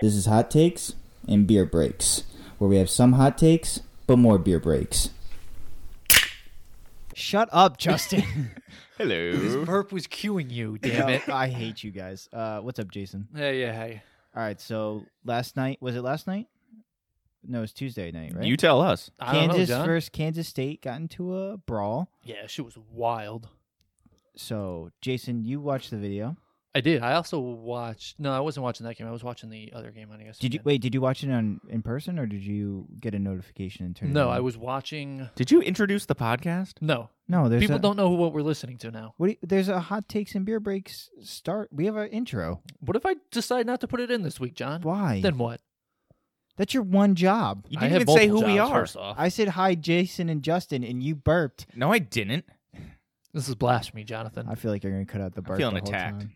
This is hot takes and beer breaks, where we have some hot takes but more beer breaks. Shut up, Justin. this Hello. burp was cueing you. Damn it. I hate you guys. Uh, what's up, Jason? Yeah, yeah, hey. All right. So last night was it last night? No, it's Tuesday night, right? You tell us. I don't know, Kansas John. versus Kansas State got into a brawl. Yeah, she was wild. So Jason, you watched the video. I did. I also watched. No, I wasn't watching that game. I was watching the other game on ESPN. Did you wait? Did you watch it on in person, or did you get a notification and turn? it No, on? I was watching. Did you introduce the podcast? No, No, there's people a, don't know what we're listening to now. What do you, there's a hot takes and beer breaks start. We have an intro. What if I decide not to put it in this week, John? Why? Then what? That's your one job. You I didn't have even say who multiple we jobs, are. First off, I said hi, Jason and Justin, and you burped. No, I didn't. this is blasphemy, Jonathan. I feel like you're gonna cut out the burp. feeling the whole time. attacked. I'm gonna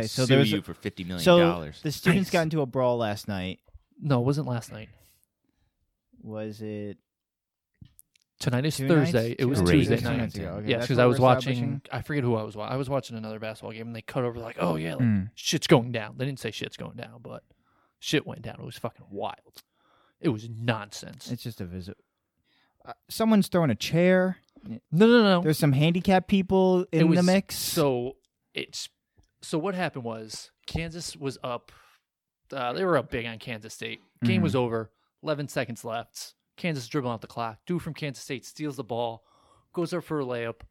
Okay, so sue there's you for fifty million so dollars. the students Nice. got into a brawl last night. no, it wasn't last night. Was it Tonight is two Thursday. nights? It was Two nights? Tuesday Great. Two night. nights ago. Okay, yeah, that's because what I we're was watching. establishing? I forget who I was watching. I was watching another basketball game, and they cut over like, "Oh yeah, like, Mm. shit's going down." They didn't say shit's going down, but shit went down. It was fucking wild. It was nonsense. It's just a visit. Uh, someone's throwing a chair. no, no, no. There's some handicapped people in it was, the mix. So it's so what happened was Kansas was up. Uh, they were up big on Kansas State. Game was over. Eleven seconds left. Kansas is dribbling out the clock. Dude from Kansas State steals the ball, goes up for a layup.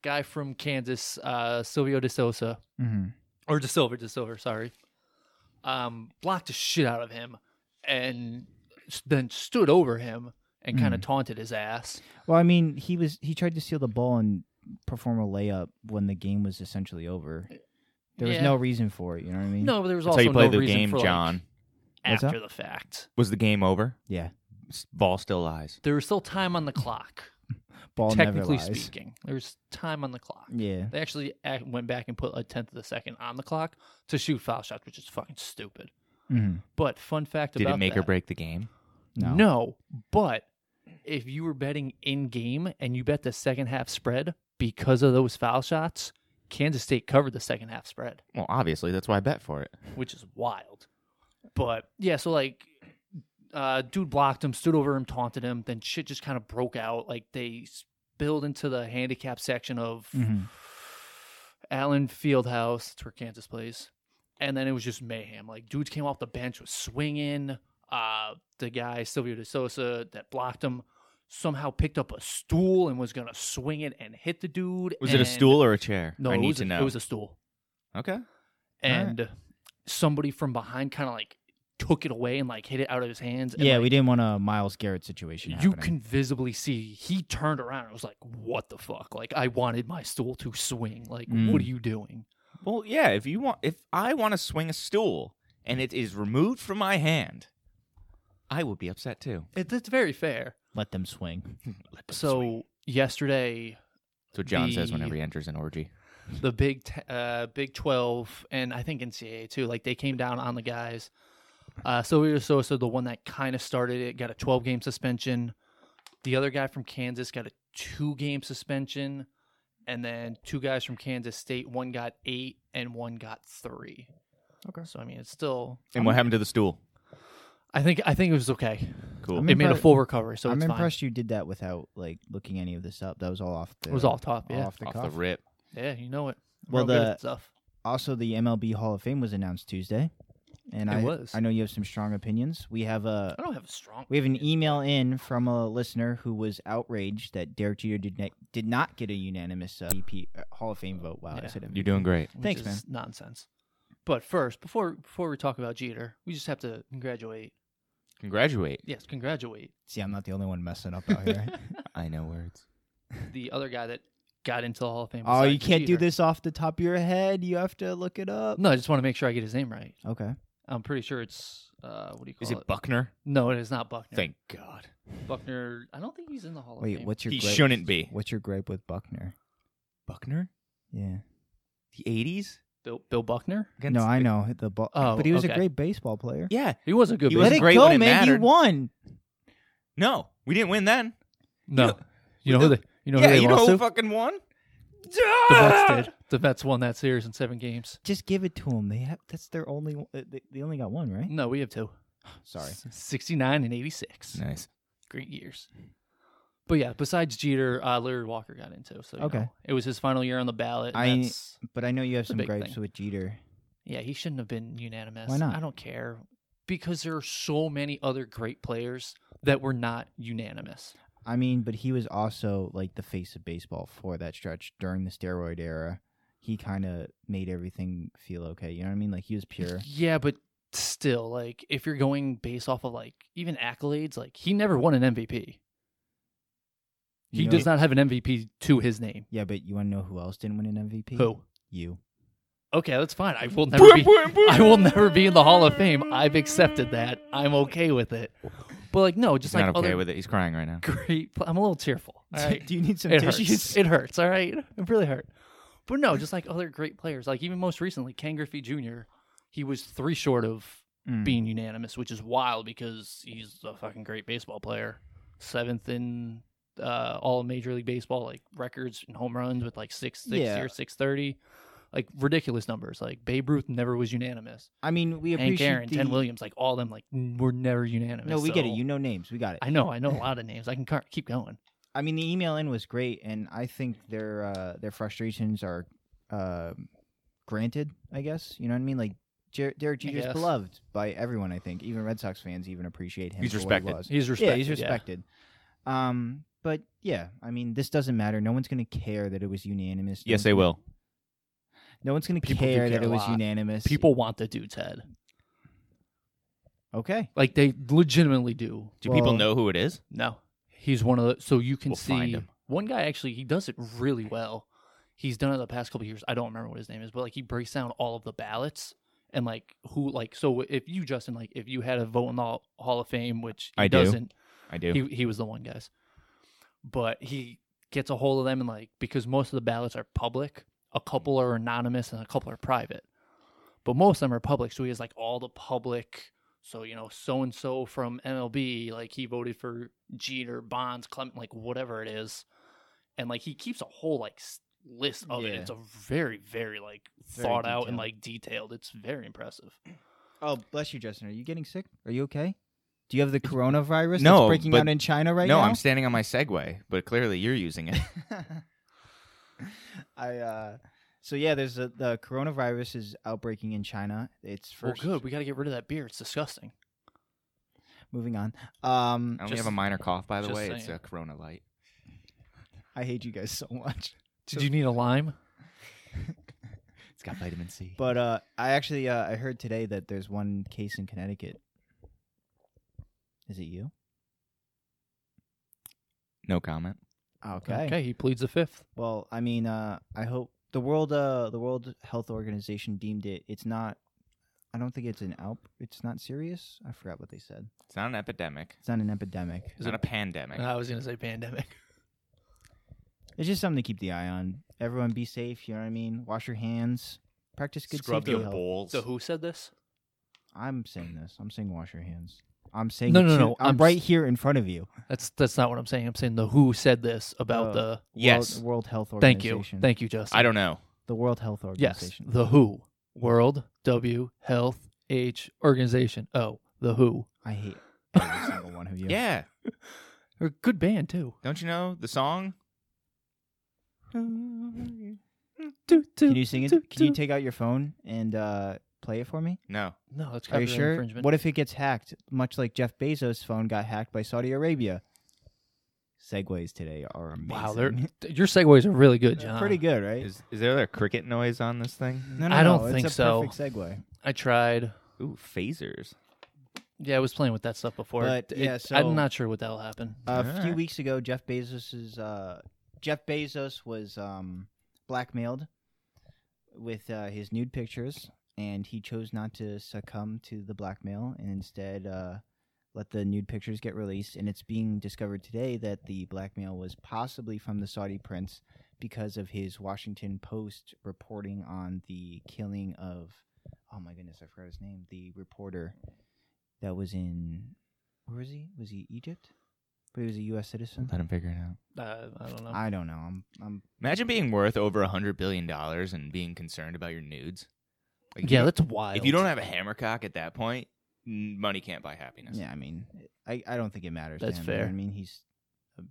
Guy from Kansas, uh, Silvio De Sosa Mhm. or De Silva, De Silva, sorry, um, blocked the shit out of him, and s- then stood over him and Hmm. kind of taunted his ass. Well, I mean, he was he tried to steal the ball and perform a layup when the game was essentially over. There was Yeah. no reason for it. You know what I mean? No, but there was Hmm. That's how also you play no the reason game, for, like, John. What's after the fact. Was the game over? Yeah. S- Ball still lies. there was still time on the clock. Ball technically never lies. speaking, there was time on the clock. Yeah. They actually ac- went back and put a tenth of the second on the clock to shoot foul shots, which is fucking stupid. Mhm. But fun fact Did about it make or that- break the game? No. but if you were betting in game and you bet the second half spread because of those foul shots, Kansas State covered the second half spread, Well, obviously, that's why I bet for it. which is wild. But yeah, so like, uh, dude blocked him, stood over him, taunted him. Then shit just kind of broke out. Like they spilled into the handicap section of Mm-hmm. Mhm. Allen Fieldhouse. That's where Kansas plays. And then it was just mayhem. Like dudes came off the bench was swinging. Uh, the guy Silvio De Sosa that blocked him somehow picked up a stool and was gonna swing it and hit the dude. Was it a and- stool or a chair? No, I it need was to a, know. It was a stool, okay. and somebody from behind kind of like took it away and like hit it out of his hands. And, Yeah, like, we didn't want a Miles Garrett situation. you happening. can visibly see he turned around and was like, "What the fuck? Like, I wanted my stool to swing. Like, Mm. what are you doing?" Well, yeah. If you want, if I want to swing a stool and it is removed from my hand, I will be upset too. It, it's very fair. let them swing. Let them So swing. yesterday, that's what John says the- whenever he enters an orgy. the Big T- uh, Big Twelve and I think NCAA too, like they came down on the guys. Uh, Silvio Sosa, the one that kind of started it, got a 12 game suspension. The other guy from Kansas got a two game suspension, and then two guys from Kansas State, one got eight and one got three. Okay. So I mean, it's still. And what happened to the stool? I think I think it was okay. Cool. I'm it made a impre- full recovery, so I'm it's impressed you did that without like looking any of this up. That was all off. The, fine. It was all top, yeah, off the Off cuff. the rip. yeah, you know it. Well, Real good the- at stuff. also, the MLB Hall of Fame was announced Tuesday, and It I was. I know you have some strong opinions. We have a I don't have a strong. we have an email in from a listener who was outraged that Derek Jeter did ne- did not get a unanimous uh, VP, uh, Hall of Fame vote. Wow, I Yeah. said MVP. You're doing great. which Thanks, is man. Nonsense. But first, before before we talk about Jeter, we just have to congratulate. Congratulate. Yes, congratulate See, I'm not the only one messing up out here. I know words. the other guy that got into the Hall of Fame. oh, you besides can't do Jeter. this off the top of your head. You have to look it up. No, I just want to make sure I get his name right. Okay. I'm pretty sure it's uh, what do you call Is it Buckner? no, it is not Buckner. Thank God. Buckner. I don't think he's in the Hall of Wait, Fame. what's your He gripe? shouldn't be. What's your gripe with Buckner? Buckner? Yeah. The 80s? Bill, Bill Buckner? Against- no, I know the ball, Oh, but he was a okay. great baseball player. Yeah. He was a good. He baseball- was Let it great go, when it man. You mattered. won. No, we didn't win then. no, you know who they. You know yeah, who they you know lost who to? fucking won? Ah! The vets did. The vets won that series in seven games. Just give it to them. They have that's their only. one- uh, They, they only got one, right? Mm. No, we have two. Sorry. Sixty nine and eighty six. Nice. Great years. But yeah, besides Jeter, uh, Larry Walker got into. So you Okay. know, it was his final year on the ballot. and I- that's- But I know you have The some big gripes thing. with Jeter. yeah, he shouldn't have been unanimous. Why not? I don't care because there are so many other great players that were not unanimous. I mean, but he was also like the face of baseball for that stretch during the steroid era. He kind of made everything feel okay. You know what I mean? Like he was pure. Yeah, but still, like if you're going based off of like even accolades, like he never won an MVP. He You know- does not have an MVP to his name. Yeah, but you want to know who else didn't win an MVP? Who? You. Okay, that's fine. I will never be. I will never be in the Hall of Fame. I've accepted that. I'm okay with it. But like, no, just He's not like okay other with it. He's crying right now. great. pl- I'm a little tearful. all right? Do you need some it tissues? hurts. It hurts. All right, it really hurt. But no, just like other great players, like even most recently, Ken Griffey Jr. He was three short of Mm. being unanimous, which is wild because he's a fucking great baseball player. Seventh in uh, all of Major League Baseball, like records and home runs with like six sixty Yeah. or six thirty, like ridiculous numbers. Like Babe Ruth never was unanimous. I mean, we appreciate Hank Aaron, the... Mm. Ted Williams, like all of them, like n- were never unanimous. No, we get it. so- You know names. We got it. I know, I know a lot of names. I can car- keep going. I mean, the email in was great, and I think their uh, their frustrations are uh, granted. I guess you know what I mean. Like Jer- Derek I Jeter's guess. beloved by everyone. I think even Red Sox fans even appreciate him. He's for what he respected. was. He's Yeah, respected. he's respected. Um, but yeah, I mean, this doesn't matter. No one's gonna care that it was unanimous. No Yes, one's they gonna- will. No one's gonna care, People do that care it a was lot. unanimous. People want the dude's head. Okay. Like they legitimately do. Do people Well- know who it is? No, he's one of the. So you can We'll see find him. one guy actually. He does it really well. He's done it the past couple of years. I don't remember what his name is, but like he breaks down all of the ballots and like who like. So if you Justin like if you had a vote in the Hall Hall of Fame, which he I do. doesn't, I do. he he was the one guys, but he gets a hold of them and like because most of the ballots are public, a couple are anonymous and a couple are private, but most of them are public. So he has like all the public. So you know, so and so from MLB, like he voted for Jeter, Bonds, Clement, like whatever it is, and like he keeps a whole like s- list of it. Yeah. It's a very very like Very thought out and detailed. like detailed. It's very impressive. Oh, bless you, Justin. Are you getting sick? Are you okay? Do you have the coronavirus that's No, breaking but- out in China right no, now? I'm standing on my Segway, but clearly you're using it. I uh so yeah, there's a, the coronavirus is outbreaking in China. It's first Well, good. We got to get rid of that beer. It's disgusting. moving on. Um I only Just- have a minor cough, by the just way. It's saying. a Corona Light. I hate you guys so much. Did you need a lime? It's got vitamin C. But uh I actually uh I heard today that there's one case in Connecticut. Is it you? no comment. Okay. okay, he pleads the fifth. Well, I mean, uh I hope the world uh the World Health Organization deemed it it's not I don't think it's an out it's not serious. I forgot what they said. It's not an epidemic. It's not an epidemic. It's not a pandemic. I was gonna say pandemic. It's just something to keep the eye on. Everyone be safe, you know what I mean? Wash your hands. Practice good Scrub safety your health. balls. So who said this? I'm saying this. I'm saying wash your hands. I'm saying No, it no, to- no, I'm, I'm right s- here in front of you. That's that's not what I'm saying. I'm saying the who said this about Oh. the. Yes. World, World Health Thank you, Organization. thank you, Justin. I don't know. The World Health Yes, Organization. the who. World W Health H Organization. Oh, the who. I hate every single one of you. Yeah. They're a good band too. Don't you know the song? Do, do, Can you sing it? do, Can you do. take out your phone and uh, play it for me? No. No, that's Are you copyright sure? infringement. What if it gets hacked? Much like Jeff Bezos' phone got hacked by Saudi Arabia. Segways today are amazing. wow, they're, your segues are really good, John. pretty good, right? Is is there a cricket noise on this thing? No, I don't it's think a so. Perfect segue. I tried. Ooh, phasers. Yeah, I was playing with that stuff before. But, It- yeah, so- Uh, I'm not sure what that'll happen. A All few right. weeks ago, Jeff Bezos's uh, Jeff Bezos was um, blackmailed with uh, his nude pictures, and he chose not to succumb to the blackmail and instead uh, let the nude pictures get released. And it's being discovered today that the blackmail was possibly from the Saudi prince because of his Washington Post reporting on the killing of oh my goodness, I forgot his name. The reporter that was in where was he? Was he Egypt? But he was a U.S. citizen. Let him figure it out. Uh, I don't know. I don't know. I'm I'm Imagine being worth over a hundred billion dollars and being concerned about your nudes. Like, yeah, you- that's wild. if you don't have a hammer cock at that point, n- money can't buy happiness. Yeah, I mean, I, I don't think it matters. to That's him, you know what fair. I mean, he's uh,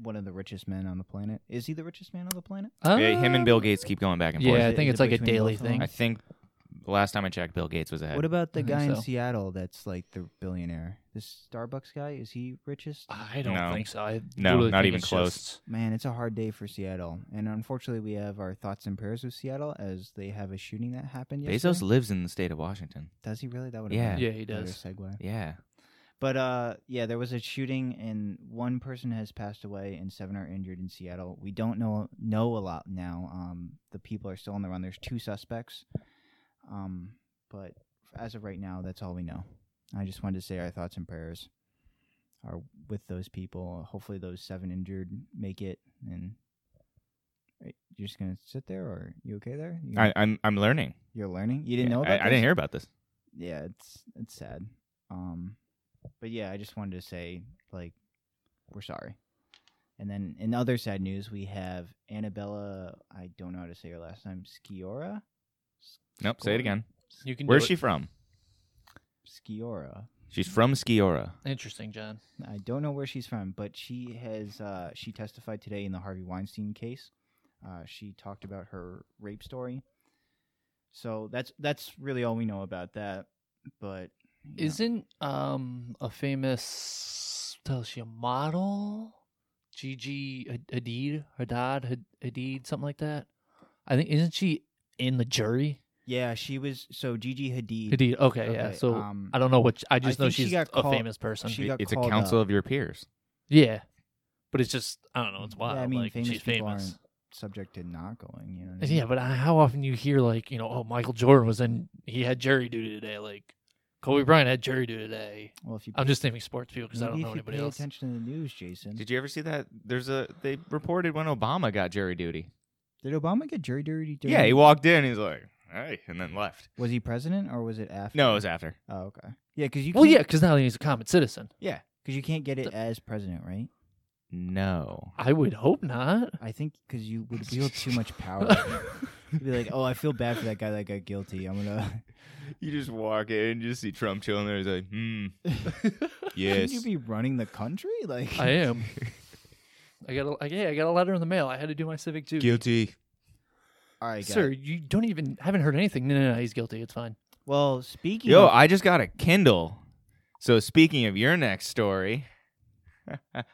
one of the richest men on the planet. Is he the richest man on the planet? Uh, Yeah, him and Bill Gates keep going back and forth. Yeah, I Is it- think is it's it like a between daily both of them? thing. I think last time I checked, Bill Gates was ahead. What about the I think guy in so. Seattle that's like the billionaire? This Starbucks guy is he richest? I don't No. think so. I No, literally not think even it's close. just- Man, it's a hard day for Seattle, and unfortunately, we have our thoughts and prayers with Seattle as they have a shooting that happened. Yesterday. Bezos lives in the state of Washington. does he really? That would Yeah. been Yeah, he a better does. Segue, Yeah. but uh, yeah, there was a shooting, and one person has passed away, and seven are injured in Seattle. We don't know know a lot now. Um, the people are still on the run. There's two suspects, um, but as of right now, that's all we know. I just wanted to say our thoughts and prayers are with those people. Hopefully, those seven injured make it. And Right, you're just gonna sit there, or you okay there? You, I, I'm I'm learning. you're learning. You didn't know about. I, I didn't this? hear about this. yeah, it's it's sad. Um, but yeah, I just wanted to say like we're sorry. And then in other sad news, we have Annabella. I don't know how to say her last name. Skiora. Nope. Say it again. You can. Where's do she it. from? Skiora. She's from Skiora. Interesting, John. I don't know where she's from, but she has uh, she testified today in the Harvey Weinstein case. Uh, she talked about her rape story. So that's that's really all we know about that. But you know, Isn't um a famous? Tell us, she a model? Gigi Had- Hadid, Hadad, Had- Hadid, something like that. I think isn't she in the jury? yeah, she was so Gigi Hadid. Hadid. Okay, yeah. Okay, So um, I don't know which. I just know think she she's got a called- famous person. she got It's a called council up. of your peers. yeah, but it's just I don't know. It's Yeah, I wild. mean, like, famous she's people famous. aren't- subject to not going. You know. What I mean? Yeah, but I- how often you hear like you know, oh, Michael Jordan was in, he had jury duty today. Like Kobe Bryant had jury duty today. Well, if you I'm pay- just naming sports people because I don't Hmm. maybe know if you anybody pay else. attention to the news, Jason. Did, Did you ever see that? There's a they reported when Obama got jury duty. Obama get jury duty? during- Yeah, he walked in. He's like, hey, and then left. was he president or was it after? No, it was after. Oh, okay. Yeah, because you. Well, can't- yeah, because now he's a common citizen. Because you can't get it as president, right? No. I would hope not. I think because you would wield too much power. You'd be like, oh, I feel bad for that guy that got guilty. I'm gonna. You just walk in, you just see Trump chilling there. He's like, hmm, Shouldn't yes. you be running the country? Like, I am. I got a I, yeah, I got a letter in the mail. I had to do my civic duty. Guilty. all right, guys. Sir, you don't even haven't heard anything. No, no, no, he's guilty. It's fine. Well, speaking. Yo, of, I just got a Kindle. So speaking of your next story,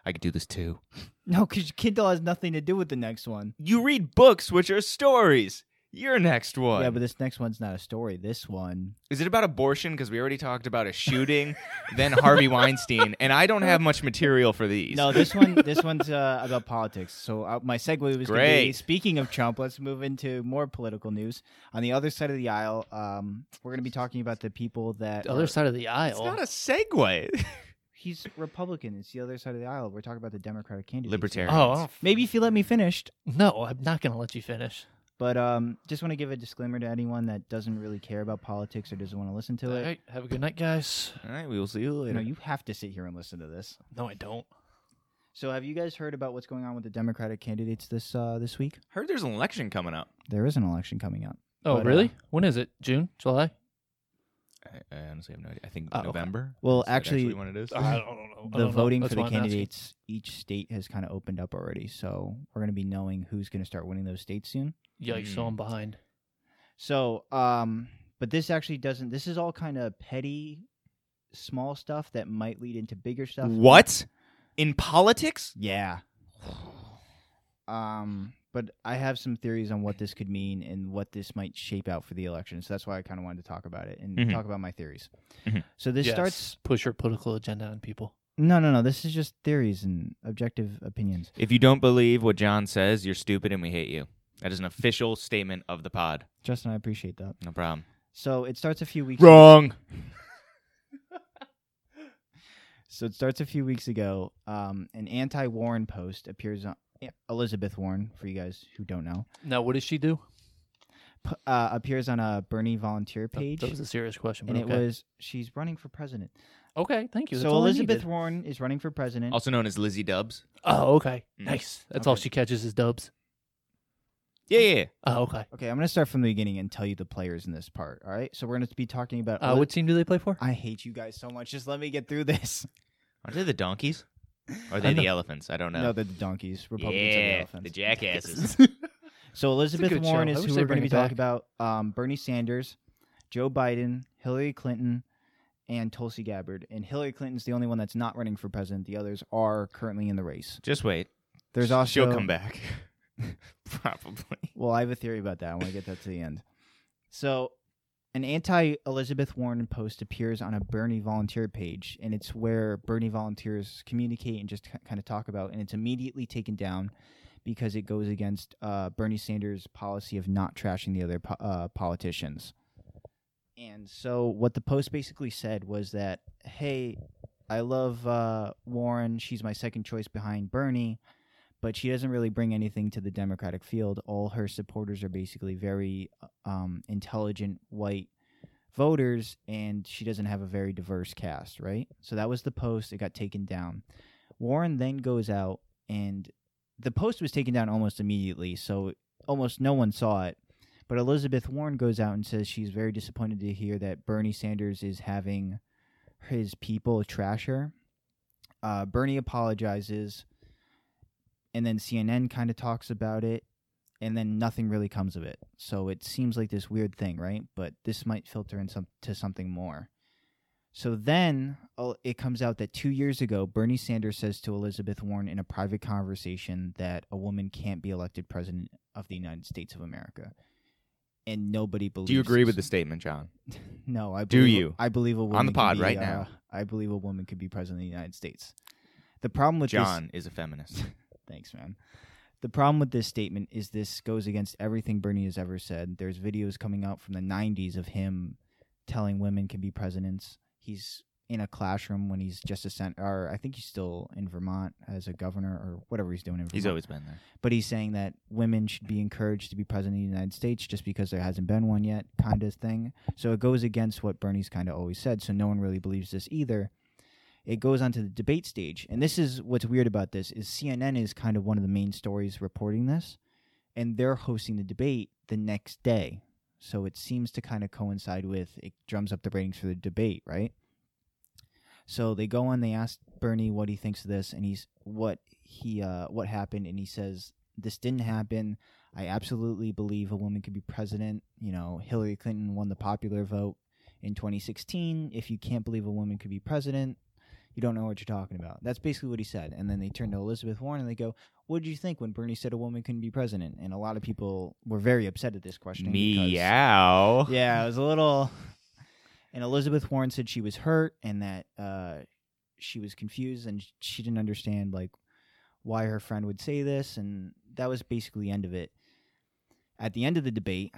I could do this too. no, because Kindle has nothing to do with the next one. You read books, which are stories. Your next one. Yeah, but this next one's not a story. This one. Is it about abortion? Because we already talked about a shooting, then Harvey Weinstein, and I don't have much material for these. No, this one, this one's uh, about politics. So uh, my segue was gonna Be, Great. speaking of Trump, let's move into more political news. On the other side of the aisle, um, we're going to be talking about the people that The other are- side of the it's aisle. Oh, not a segue. He's Republican. It's the other side of the aisle. We're talking about the Democratic candidate. Libertarian. oh, I don't- Maybe if you let me finished. no, I'm not gonna let you finish. But um, just want to give a disclaimer to anyone that doesn't really care about politics or doesn't want to listen to All it. right, have a good night, guys. All right, we will see you You Uh, later. know, you have to sit here and listen to this. No, I don't. So, have you guys heard about what's going on with the Democratic candidates this uh, this week? Heard there's an election coming up. There is an election coming up. Oh, But, uh, really? when is it? June, July? I, I honestly have no idea. I think Oh, okay. November. Well, Is that actually, when it is. I don't know. I the don't know. voting That's for the why I'm asking. candidates each state has kind of opened up already so we're going to be knowing who's going to start winning those states soon Yikes! So Mm. I'm behind. so um but this actually doesn't this is all kind of petty small stuff that might lead into bigger stuff What? In politics? yeah um but i have some theories on what this could mean and what this might shape out for the election so that's why i kind of wanted to talk about it and Mhm. talk about my theories Mhm. so this Mm-hmm. Yes, starts push your political agenda on people. no no no this is just theories and objective opinions If you don't believe what John says, you're stupid and we hate you. That is an official statement of the pod. justin i appreciate that No problem. so it starts a few weeks Wrong. So it starts a few weeks ago. Um, an anti Warren eh, post appears on Elizabeth Warren, for you guys who don't know. Now, what does she do? p- uh, appears on a Bernie volunteer Th- page, Oh, That was a serious question. But and okay. it was she's running for president. okay. Thank you. That's so all I Elizabeth needed. Warren is running for president. also known as Lizzie Dubs. Oh, okay. Mm. Nice. That's all Okay. she catches is dubs. Yeah, yeah. Oh, okay. Okay, I'm gonna start from the beginning and tell you the players in this part. All right, so we're gonna be talking about. Uh, Eli- what team do they play for? I hate you guys so much. Just let me get through this. Are they the donkeys? Or are they the elephants? I don't No, know. they're the donkeys. Republicans are the yeah, elephants. the jackasses. So Elizabeth good Warren show. I is wish who they we're going bring to be it talking about. Um, Bernie Sanders, Joe Biden, Hillary Clinton, and Tulsi Gabbard. And Hillary Clinton's the only one that's not running for president. The others are currently in the race. Just wait. There's also she'll come back. Probably. Well, I have a theory about that. I want to get that to the end. So, an anti Elizabeth Warren post appears on a Bernie volunteer page, and it's where Bernie volunteers communicate and just kind of talk about, and it's immediately taken down because it goes against uh, Bernie Sanders' policy of not trashing the other po- uh, politicians. And so, what the post basically said was that, hey, I love uh, Warren. She's my second choice behind Bernie but she doesn't really bring anything to the Democratic field. All her supporters are basically very um, intelligent white voters, and she doesn't have a very diverse cast, right? So that was the post. It got taken down. Warren then goes out, and the post was taken down almost immediately, so almost no one saw it. But Elizabeth Warren goes out and says she's very disappointed to hear that Bernie Sanders is having his people trash her. Uh, Bernie apologizes and then CNN kind of talks about it, and then nothing really comes of it. So it seems like this weird thing, right? But this might filter in some to something more. So then oh, it comes out that two years ago, Bernie Sanders says to Elizabeth Warren in a private conversation that a woman can't be elected president of the United States of America, and nobody believes. Do you agree with this. the statement, John? No, I Do believe, you? I believe a woman the could pod be, right uh, now. I believe a woman could be president of the United States. The problem with this- John is a feminist. Thanks, man. The problem with this statement is this goes against everything Bernie has ever said. There's videos coming out from the 90s of him telling women can be presidents. He's in a classroom when he's just a sen- or I think he's still in Vermont as a governor or whatever he's doing in Vermont. He's always been there. but he's saying that women should be encouraged to be president of the United States just because there hasn't been one yet, kind of thing. So it goes against what Bernie's kind of always said. So no one really believes this either. It goes on to the debate stage, and this is what's weird about this is CNN is kind of one of the main stories reporting this, and they're hosting the debate the next day. So it seems to kind of coincide with it drums up the ratings for the debate, right? So they go on. They ask Bernie what he thinks of this, and he's what he uh, what happened, and he says this didn't happen. I absolutely believe a woman could be president. You know, Hillary Clinton won the popular vote in 2016. If you can't believe a woman could be president, you don't know what you're talking about. That's basically what he said. And then they turn to Elizabeth Warren and they go, "What did you think when Bernie said a woman couldn't be president?" And a lot of people were very upset at this question. because- Meow. yeah, it was a little. And Elizabeth Warren said she was hurt and that uh, she was confused and she didn't understand like why her friend would say this, and that was basically the end of it. At the end of the debate,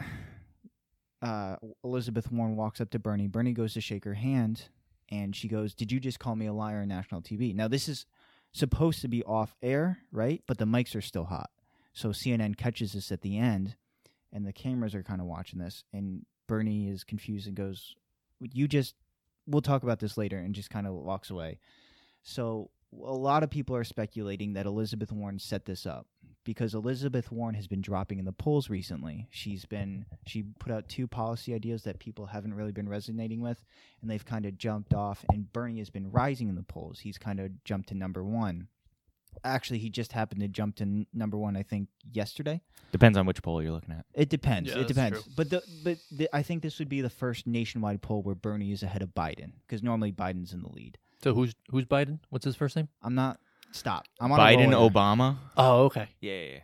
uh, Elizabeth Warren walks up to Bernie. Bernie goes to shake her hand, and she goes, "Did you just call me a liar on national TV?" Now this is supposed to be off air, right? But the mics are still hot, so CNN catches this at the end, and the cameras are kind of watching this, and Bernie is confused and goes, "You just, we'll talk about this later," and just kind of walks away. So a lot of people are speculating that Elizabeth Warren set this up because Elizabeth Warren has been dropping in the polls recently. She's been she put out two policy ideas that people haven't really been resonating with and they've kind of jumped off and Bernie has been rising in the polls. He's kind of jumped to number 1. Actually, he just happened to jump to n- number 1 I think yesterday. Depends on which poll you're looking at. It depends. Yeah, it that's depends. true. But the but the, I think this would be the first nationwide poll where Bernie is ahead of Biden because normally Biden's in the lead. So who's who's Biden? What's his first name? I'm not stop. I'm on a Biden, roll here. Obama. Oh, okay. Yeah, yeah, yeah.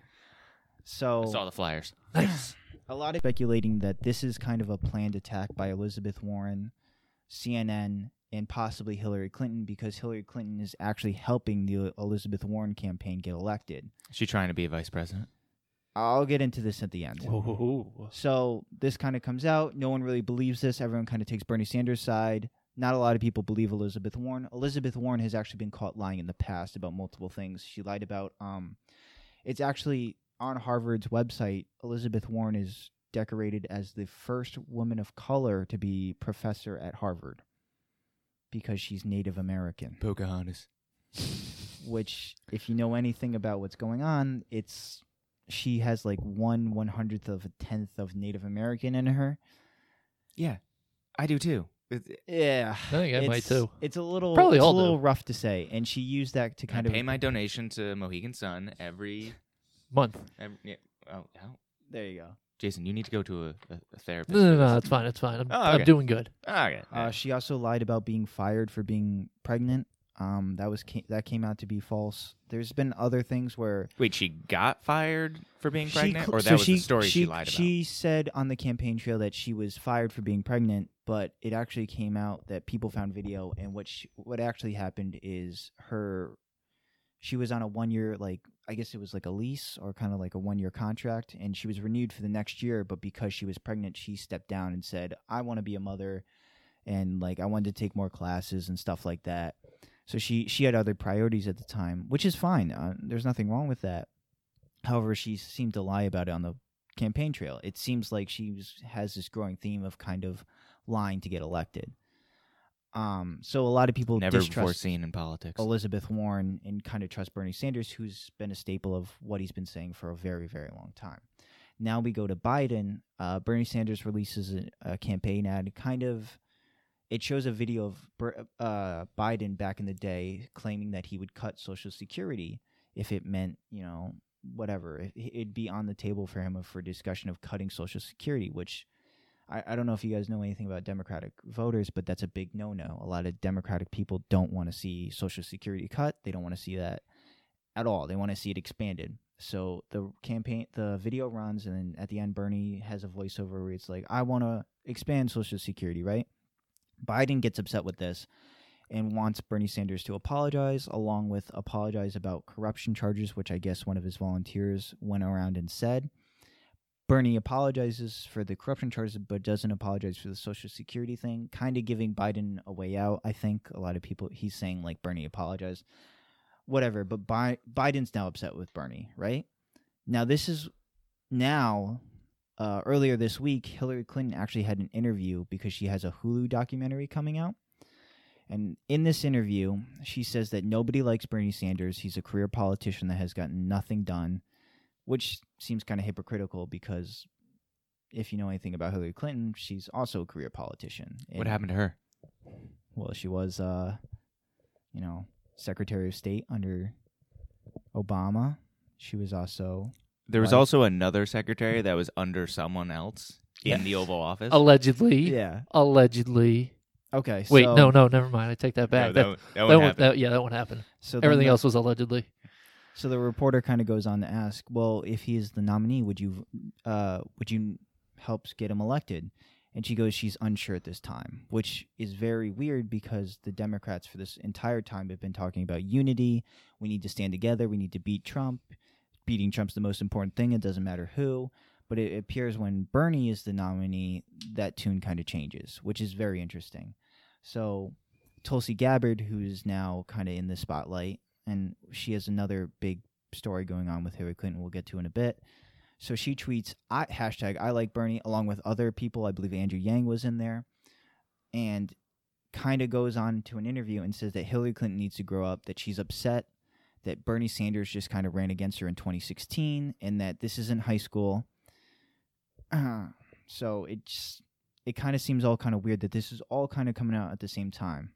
So I saw the flyers. Nice. a lot of speculating that this is kind of a planned attack by Elizabeth Warren, CNN, and possibly Hillary Clinton because Hillary Clinton is actually helping the Elizabeth Warren campaign get elected. Is she trying to be vice president? I'll get into this at the end. Whoa. So this kind of comes out. No one really believes this. Everyone kind of takes Bernie Sanders' side. Not a lot of people believe Elizabeth Warren. Elizabeth Warren has actually been caught lying in the past about multiple things. She lied about um it's actually on Harvard's website, Elizabeth Warren is decorated as the first woman of color to be professor at Harvard because she's Native American. Pocahontas. Which, if you know anything about what's going on, it's she has like one one hundredth of a tenth of Native American in her. Yeah, I do too. It- Yeah, I think I might it's- too. It's a little Probably it's a all do. little rough to say, and she used that to kind I of pay my donation to Mohegan Sun every. Month. every yeah, oh, oh. there you go. Jason, you need to go to a, a, a therapist. No, no, for no, this. it's fine. It's fine. I'm, Oh, I'm okay. doing good. Okay. Uh, she also lied about being fired for being pregnant. Um, that was ca- that came out to be false. There's been other things where Wait, she got fired for being she pregnant, cl- or that so was the story she, lied about? She said on the campaign trail that she was fired for being pregnant, but it actually came out that people found video, and what she, what actually happened is her she was on a one year like I guess it was like a lease or kind of like a one year contract, and she was renewed for the next year, but because she was pregnant, she stepped down and said, "I want to be a mother." and like I wanted to take more classes and stuff like that. So she she had other priorities at the time, which is fine. Uh, there's nothing wrong with that. However, she seemed to lie about it on the campaign trail. It seems like she was, has this growing theme of kind of lying to get elected. Um, so a lot of people Never before distrust seen in politics. Elizabeth Warren and kind of trust Bernie Sanders, who's been a staple of what he's been saying for a very, very long time. Now we go to Biden. Uh, Bernie Sanders releases a, a campaign ad, kind of. It shows a video of Ber- uh, Biden back in the day claiming that he would cut Social Security if it meant, you know, whatever. It, it'd be on the table for him for discussion of cutting Social Security, which I, I don't know if you guys know anything about Democratic voters, but that's a big no no. A lot of Democratic people don't want to see Social Security cut. They don't want to see that at all. They want to see it expanded. So the campaign, the video runs, and then at the end, Bernie has a voiceover where it's like, I want to expand Social Security, right? Biden gets upset with this and wants Bernie Sanders to apologize, along with apologize about corruption charges, which I guess one of his volunteers went around and said. Bernie apologizes for the corruption charges, but doesn't apologize for the Social Security thing, kind of giving Biden a way out. I think a lot of people, he's saying, like, Bernie apologized, whatever. But Bi- Biden's now upset with Bernie, right? Now, this is now, uh, earlier this week, Hillary Clinton actually had an interview because she has a Hulu documentary coming out. And in this interview, she says that nobody likes Bernie Sanders. He's a career politician that has gotten nothing done, which seems kind of hypocritical because if you know anything about Hillary Clinton, she's also a career politician. what And- happened to her? Well, she was, uh, you know, Secretary of State under Obama. She was also There was Why- also another secretary that was under someone else in the Oval Office. Allegedly. yeah. Allegedly. Okay. Wait, so, no, no, never mind. I take that No, that, back. that, one- that one that happened. that- yeah, that one happened. So then Everything the- else was allegedly. So the reporter kind of goes on to ask, "Well, if he is the nominee, would you, uh, would you help get him elected?" And she goes, "She's unsure at this time," which is very weird because the Democrats for this entire time have been talking about unity. We need to stand together. We need to beat Trump. Beating Trump's the most important thing. It doesn't matter who. But it appears when Bernie is the nominee, that tune kind of changes, which is very interesting. So Tulsi Gabbard, who's now kind of in the spotlight, and she has another big story going on with Hillary Clinton. We'll get to in a bit. So she tweets I, hashtag I like Bernie along with other people. I believe Andrew Yang was in there, and kind of goes on to an interview and says that Hillary Clinton needs to grow up. That she's upset that Bernie Sanders just kind of ran against her in 2016, and that this isn't high school. Uh, so it just it kind of seems all kind of weird that this is all kind of coming out at the same time.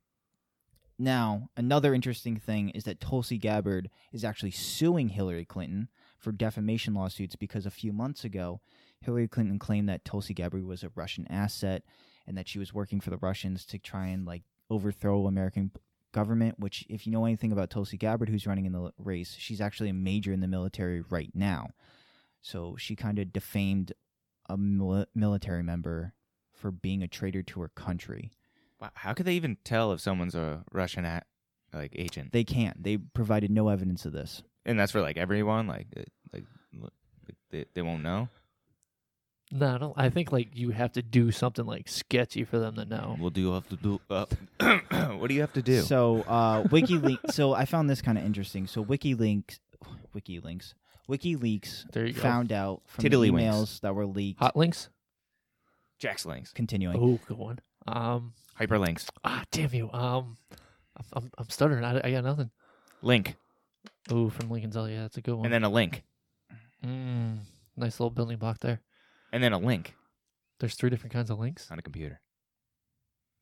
Now, another interesting thing is that Tulsi Gabbard is actually suing Hillary Clinton for defamation lawsuits because a few months ago, Hillary Clinton claimed that Tulsi Gabbard was a Russian asset and that she was working for the Russians to try and like overthrow American government, which if you know anything about Tulsi Gabbard who's running in the race, she's actually a major in the military right now. So she kind of defamed a mil- military member for being a traitor to her country. Wow, how could they even tell if someone's a Russian at, like agent? They can't. They provided no evidence of this. and that's for like everyone. Like, uh, like, look, like they, they won't know. No, I, don't, I think like you have to do something like sketchy for them to know. We'll do have to do. Uh, what do you have to do? So uh WikiLeaks so I found this kind of interesting. So WikiLeaks WikiLeaks WikiLeaks There you go. found out from the Tiddlywinks. emails that were leaked. Hot links. Jack's links, Continuing. Oh, good one. Um, hyperlinks, ah, damn you. Um, I'm- I'm, I'm stuttering. I, I got nothing. link, Ooh, from Lincoln's Hill. Yeah, that's a good one. and then a link, mm, nice little building block there. and then a link There's three different kinds of links. on a computer.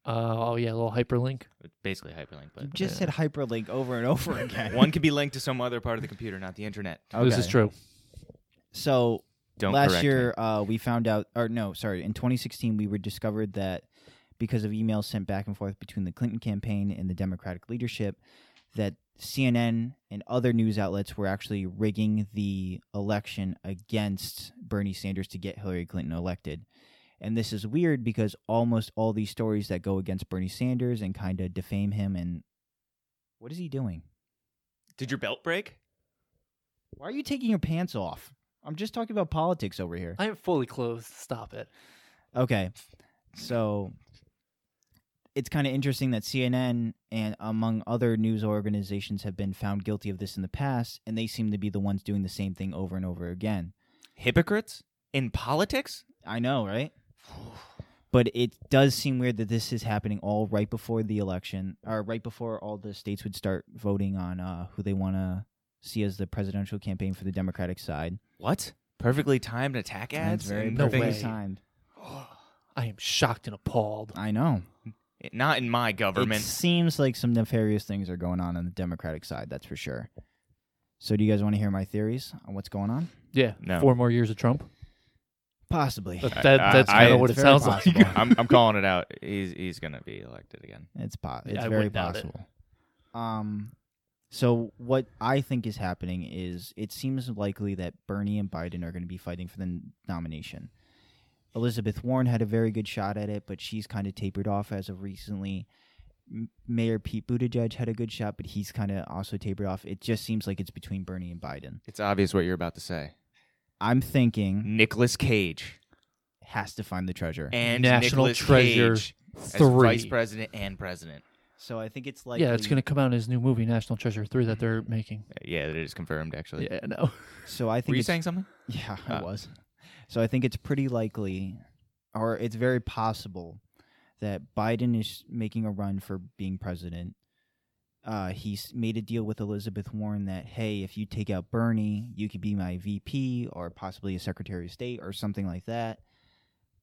Uh, oh yeah, a little hyperlink. It's basically a hyperlink, You but just said hyperlink over and over again. one can be linked to some other part of the computer, not the internet. This is Okay. true. So Don't last correct year me. uh, we found out or no sorry in 2016 we were discovered that because of emails sent back and forth between the clinton campaign and the democratic leadership that cnn and other news outlets were actually rigging the election against bernie sanders to get hillary clinton elected and this is weird because almost all these stories that go against bernie sanders and kind of defame him and what is he doing Did your belt break? why are you taking your pants off i'm just talking about politics over here I am fully clothed. Stop it. Okay. So it's kind of interesting that CNN and among other news organizations have been found guilty of this in the past, and they seem to be the ones doing the same thing over and over again. Hypocrites in politics? I know, right? But it does seem weird that this is happening all right before the election, or right before all the states would start voting on uh, who they want to see as the presidential campaign for the Democratic side. What? Perfectly timed attack And ads? it's very and no perfectly way. things- timed. I am shocked and appalled. I know. Not in my government. It seems like some nefarious things are going on on the Democratic side, that's for sure. So, do you guys want to hear my theories on what's going on? Yeah. No. Four more years of Trump. Possibly. That, I- that- I- that's I- kind of what it it's very sounds possible. like. I'm, I'm calling it out. He's he's gonna be elected again. It's po- Yeah, It's I very wouldn't doubt it. possible. Um, so what I think is happening is it seems likely that Bernie and Biden are going to be fighting for the n- nomination. Elizabeth Warren had a very good shot at it, but she's kind of tapered off as of recently. M- Mayor Pete Buttigieg had a good shot, but he's kind of also tapered off. It just seems like it's between Bernie and Biden. It's obvious what you're about to say. I'm thinking Nicholas Cage has to find the treasure. Mm. and National Nicolas Treasure Cage as three. vice president and president. so I think it's like yeah, it's gonna come out in his new movie, National Treasure Three, that they're making. Yeah, that is confirmed. Actually, Yeah, no. So I think were you it's- saying something? Yeah, I Uh, was. So I think it's pretty likely, or it's very possible, that Biden is making a run for being president. Uh, he's made a deal with Elizabeth Warren that, hey, if you take out Bernie, you could be my VP or possibly a Secretary of State or something like that.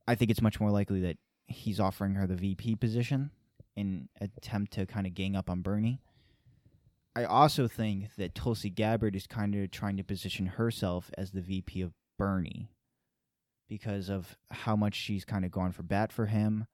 I think it's much more likely that he's offering her the VP position in attempt to kind of gang up on Bernie. I also think that Tulsi Gabbard is kind of trying to position herself as the VP of Bernie because of how much she's kind of gone for bat for him.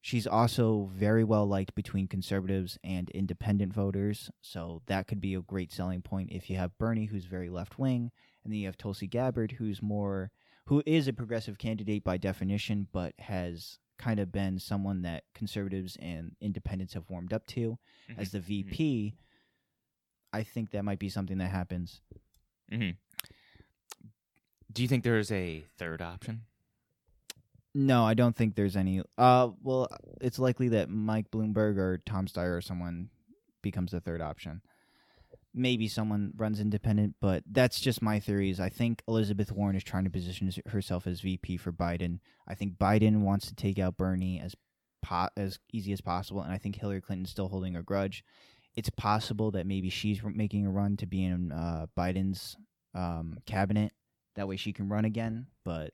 She's also very well liked between conservatives and independent voters, so that could be a great selling point if you have Bernie, who's very left wing, and then you have Tulsi Gabbard, who's more, who is a progressive candidate by definition, but has kind of been someone that conservatives and independents have warmed up to Mm-hmm. as the VP, I think that might be something that happens. Do you think there is a third option? No, I don't think there's any. Uh, well, it's likely that Mike Bloomberg or Tom Steyer or someone becomes the third option. Maybe someone runs independent, but that's just my theories. I think Elizabeth Warren is trying to position s- herself as VP for Biden. I think Biden wants to take out Bernie as po- as easy as possible, and I think Hillary Clinton's still holding a grudge. It's possible that maybe she's r- making a run to be in uh, Biden's um, cabinet. That way she can run again, but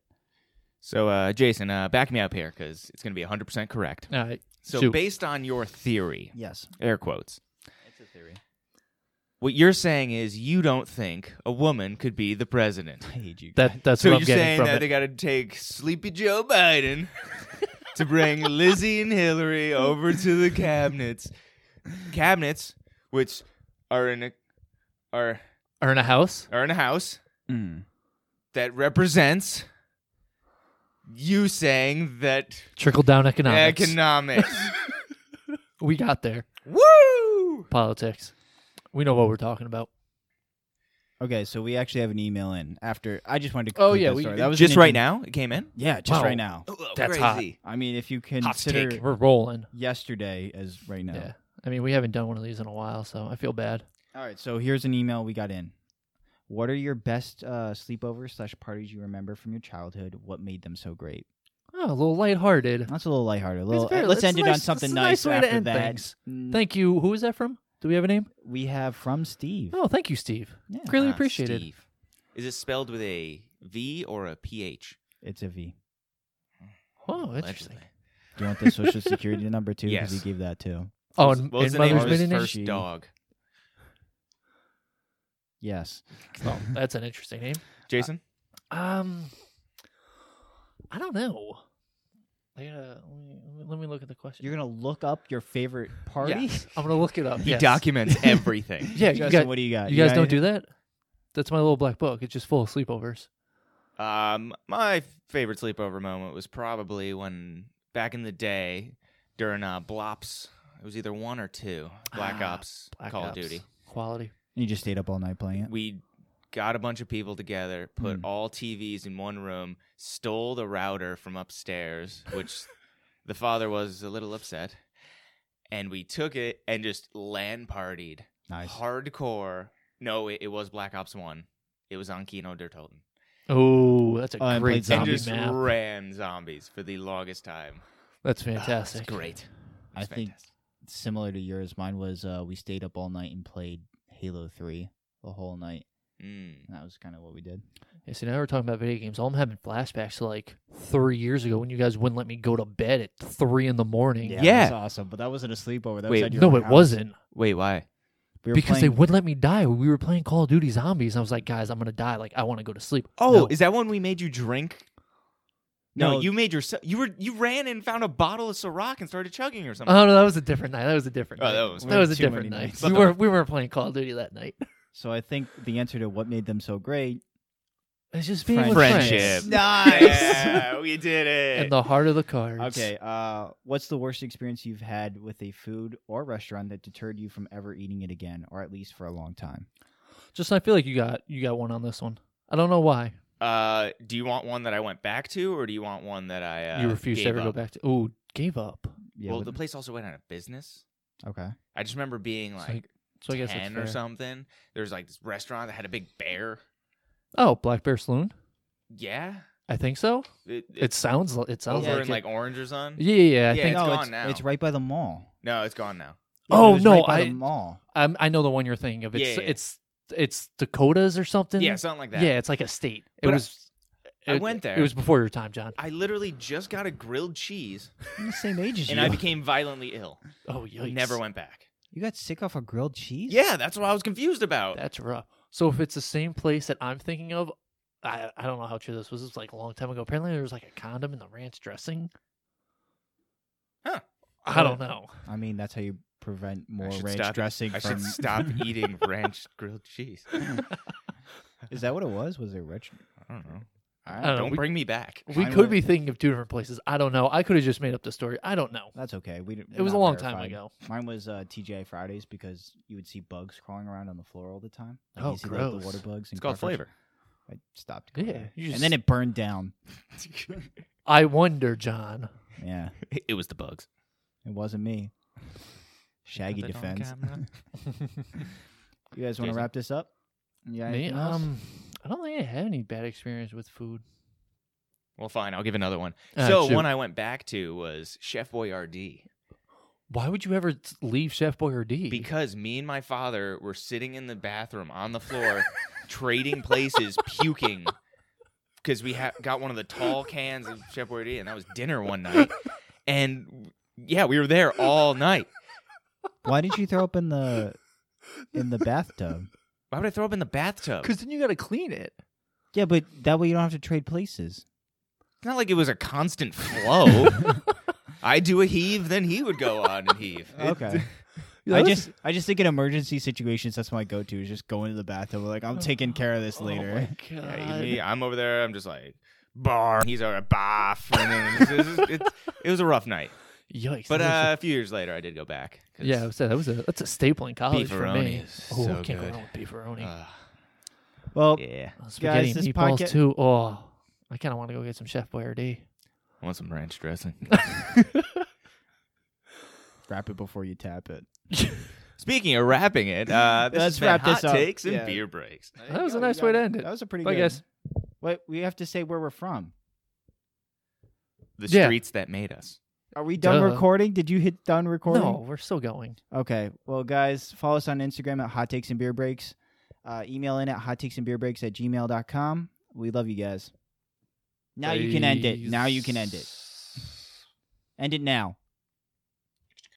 So, uh, Jason, uh, back me up here because it's going to be 100% correct. All right. So, Shoot. based on your theory, yes, air quotes, it's a theory. what you're saying is you don't think a woman could be the president. I hate you. That that's so, what you're I'm getting saying from that it. they got to take Sleepy Joe Biden to bring Lizzie and Hillary over to the cabinets. Cabinets, which are in a, are, Are in a house. are in a house Mm. that represents you saying that Trickle down economics. economics. we got there. Woo! Politics. We know what we're talking about. Okay, so we actually have an email in after. I just wanted to. Oh, complete yeah, that we- story. that was just an right inter- now. It came in. Yeah, just Wow. right now. That's hot. I mean, if you Hot consider take. We're rolling. yesterday as right now. Yeah. I mean, we haven't done one of these in a while, so I feel bad. All right, so here's an email we got in. What are your best uh, sleepovers slash parties you remember from your childhood? What made them so great? Oh, a little lighthearted. Mm. That's a little lighthearted. A little, uh, very- let's it's end it nice- on it's something a nice, nice way to after end that. things. Mm, Thank you. Who is that from? Do we have a name? we have from Steve. Oh, thank you, Steve. Yeah. Greatly Ah, appreciated. Steve. Is it spelled with a V or a PH? It's a V. Oh, interesting. Allegedly. Do you want the social security number too? Because Yes. he gave that too. What Oh, was- and, what was and the name of mother's his maiden name? first dog? Yes. Oh, that's an interesting name. Jason? Um, I don't know. I gotta, let, me, let me look at the question. You're gonna look up your favorite party. Yes, I'm gonna look it up. He Uh, yes. documents everything. Yeah, you Justin, got- what do you got? You guys don't do that? That's my little black book. It's just full of sleepovers. um, my favorite sleepover moment was probably when back in the day during uh, Blops. It was either one or two Black Ah, Ops Black Call Ops. of Duty. Quality. You just stayed up all night playing it. We got a bunch of people together, put Mm. all TVs in one room, stole the router from upstairs, which the father was a little upset, and we took it and just LAN partied Nice. hardcore. No, it, it was Black Ops One. It was on Kino Dirtolden. Oh, that's a Oh, and played great And zombie just map. ran zombies for the longest time. that's Oh, it's fantastic. great. I It's think- fantastic. Similar to yours, mine was uh, we stayed up all night and played Halo Three the whole night. Mm. And that was kind of what we did. Yeah, see, now we're talking about video games. All I'm having flashbacks to like three years ago when you guys wouldn't let me go to bed at three in the morning. Yeah. that's awesome. But that wasn't a sleepover. That Wait, was at your No, own it house. wasn't Wait, why? We were because they playing- wouldn't let me die. We were playing Call of Duty Zombies, and I was like, "Guys, I'm gonna die. Like, I want to go to sleep." Oh, No. is that when we made you drink? No, No. you made yourself. You were you ran and found a bottle of Ciroc and started chugging or something. oh no, that was a different night. That was a different. Oh, night. that was- that was a Too many different nights. night. We were we weren't playing Call of Duty that night. So I think the answer to what made them so great. It's just being with friends. Friendship. Nice. Yeah, we did it. and the heart of the cards. Okay. Uh, what's the worst experience you've had with a food or restaurant that deterred you from ever eating it again, or at least for a long time? Just I feel like you got you got one on this one. I don't know why Uh, do you want one that I went back to, or do you want one that I uh, you refused to gave ever go up? back to. Ooh, gave up. Yeah. well, what- the place also went out of business. okay. I just remember being So like I- So I guess it's ten or fair. something. There was like this restaurant that had a big bear. Oh, Black Bear Saloon. Yeah, I think so. it, It sounds li- it sounds over like, in it. like Orange or something. yeah, yeah, yeah. I Yeah, think it's no, gone it's, now. it's right by the mall. No, it's gone now. Yeah, Oh, it was no, right by the I- mall. I'm, I know the one you're thinking of. It's Yeah, yeah. it's it's Dakotas or something. Yeah, something like that. Yeah, it's like a state. It But I- was. I it- went there. It was before your time, John. I literally just got a grilled cheese, I'm the same age as and you. I became violently ill. Oh, yikes! Never went back. you got sick off a grilled cheese? Yeah, that's what I was confused about. That's rough. So if it's the same place that I'm thinking of, I I don't know how true this was. It was like a long time ago. Apparently, there was like a condom in the ranch dressing. Huh. I Uh, don't know. I mean, that's how you prevent more should ranch stop- dressing I from. should stop eating ranch grilled cheese. I Is that what it was? Was it ranch? don't know. I don't know. Don't we- bring me back. We I could went- be thinking of two different places. I don't know. I could have just made up the story. I don't know. That's okay. We didn't- It we're was a not long time verified. ago. Mine was uh, TGI Fridays because you would see bugs crawling around on the floor all the time. Like, Oh, you see, like, gross. the water bugs. And It's called cockroaches. flavor. I stopped. Yeah, going there. you and just- then it burned down. I wonder, John. Yeah, it was the bugs. it wasn't me. Shaggy Put that on defense. camera. You guys want to Jason? wrap this up? Yeah. Me, um, I don't think I had any bad experience with food. Well, fine. I'll give another one. Uh, so shoot. one I went back to was Chef Boyardee Why would you ever t- leave Chef Boyardee? because me and my father were sitting in the bathroom on the floor, trading places, puking because we ha- got one of the tall cans of Chef Boyardee, and that was dinner one night. And yeah, we were there all night. Why did you throw up in the in the bathtub? Why would I throw up in the bathtub? then you got to clean it. Yeah, but that way you don't have to trade places. It's not like it was a constant flow. I do a heave, then he would go on and heave. It- Okay. Yeah, I that's- just I just think in emergency situations that's my go to is just go into the bathtub like I'm taking care of this later. Oh my God. Yeah, me, I'm over there. I'm just like bar. He's over there, baff. And then it's- it's- it's- it's- it was a rough night, Yikes! but that was uh, a few years later, I did go back. 'cause, a, yeah, I was- that was a that's a staple in college for Beefaroni me. is oh, so I can't good. go wrong with beefaroni. uh, well, yeah. Uh, Spaghetti this and meatballs podcast- too. Oh, I kind of want to go get some Chef Boyardee. I want some ranch dressing. wrap it before you tap it. Speaking of wrapping it, uh, this Let's has been wrap hot this up. takes and Yeah. beer breaks. That was a nice way to end it. That was a pretty Bye, good. guys. Wait, we have to say where we're from. The Yeah. streets that made us. Are we done Duh. recording? Did you hit done recording? No, we're still going. Okay. Well, guys, follow us on Instagram at Hot Takes and Beer Breaks. Uh, email in at hot takes and beer breaks at gmail.com. We love you guys. Now you can end it. Now you can end it. End it now.